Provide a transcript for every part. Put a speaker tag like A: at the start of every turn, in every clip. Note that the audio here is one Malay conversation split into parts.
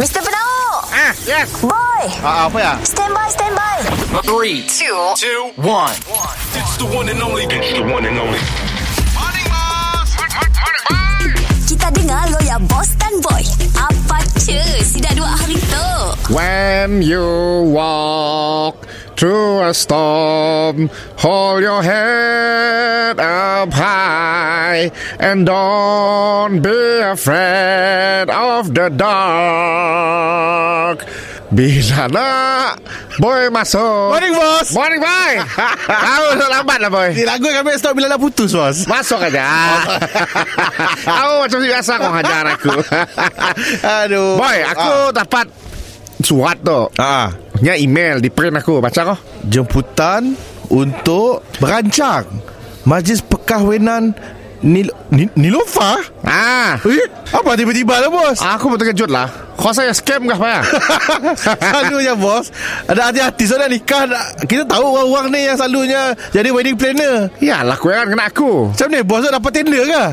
A: Mr. Penau
B: Ah, yes.
A: Boy
B: Ah, apa ya?
A: Stand by, stand by
C: Three, two,
B: Two.
C: one.
D: It's the one and only. It's the one and only.
A: Kita dengar lo ya Boss dan Boy Apa cuy Si dah dua hari tu
E: When you walk through a storm, hold your head up high and don't be afraid of the dark. Bila nak Boy masuk
B: Morning, bos.
E: Morning boy Tahu tak lambat lah boy
B: Ni lagu yang kami stop bila dah putus, bos.
E: Masuk aja
B: Oh.
E: Tahu macam biasa Kau hajar aku
B: Aduh.
E: Boy aku dapat Surat tu
B: Ah. ah.
E: Nya email di print aku Baca kau
B: Jemputan untuk berancang Majlis Perkahwinan Nil Ni- Nilofa?
E: Ah,
B: Eh, apa tiba-tiba lah bos?
E: aku pun terkejut lah. Kau saya scam kah payah?
B: Selalunya bos Ada hati-hati Soalnya nikah nak- Kita tahu orang-orang ni yang selalunya Jadi wedding planner
E: Yalah, kau kan kena aku.
B: Macam ni bos tu dapat tender ke?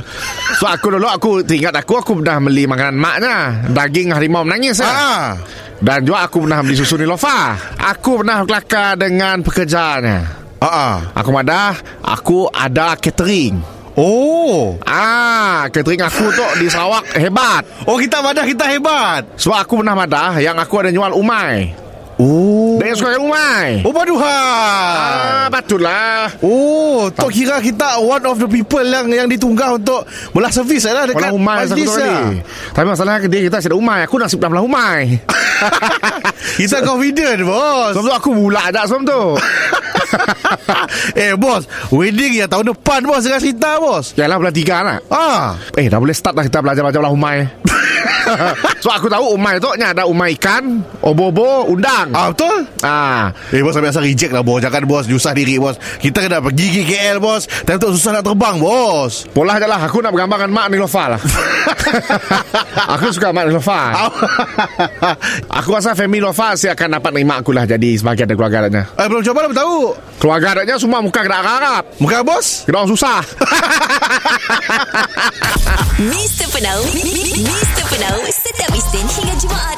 E: So aku dulu aku teringat aku aku pernah beli makanan maknya, daging harimau menangis ya.
B: Ah.
E: Dan juga aku pernah beli susu Nilofa. Aku pernah kelakar dengan pekerjaannya.
B: Ah. ah.
E: Aku madah, aku ada catering.
B: Oh.
E: Ah, catering aku tu di Sarawak hebat.
B: Oh kita madah kita hebat.
E: Sebab aku pernah madah yang aku ada jual umai.
B: Oh.
E: Dia yang suka umai.
B: Oh paduhan.
E: Ah, patutlah.
B: Oh, tak kira kita one of the people yang yang ditunggah untuk bola servis lah dekat
E: Pulang umai satu
B: majlis
E: kali.
B: lah.
E: Tapi masalahnya dia kita asyik ada umai. Aku nasib dah pulang umai.
B: Kita confident bos.
E: Sebab tu aku bulak dah sebelum tu.
B: eh bos, wedding ya tahun depan bos dengan kita bos.
E: Yalah bulan tiga nak.
B: Ah,
E: Eh dah boleh start dah kita belajar-belajar ulah umai. so aku tahu umai tu nya ada umai ikan, obobo, undang.
B: ah betul.
E: Ah.
B: Eh bos sampai asal reject lah bos Jangan bos Susah diri bos Kita kena pergi KL bos Time tu susah nak terbang bos
E: Polah je lah Aku nak bergambar dengan Mak Nilofa lah Aku suka Mak Nilofa Aku rasa family Nilofa Asyik akan dapat dengan Mak aku lah Jadi sebagian dari keluarga adanya
B: Eh belum coba dah tahu
E: Keluarga adanya semua muka kena Arab
B: Muka bos
E: Kena orang susah
A: Mr. Penau Mr. Penau Setiap Isnin hingga Jumaat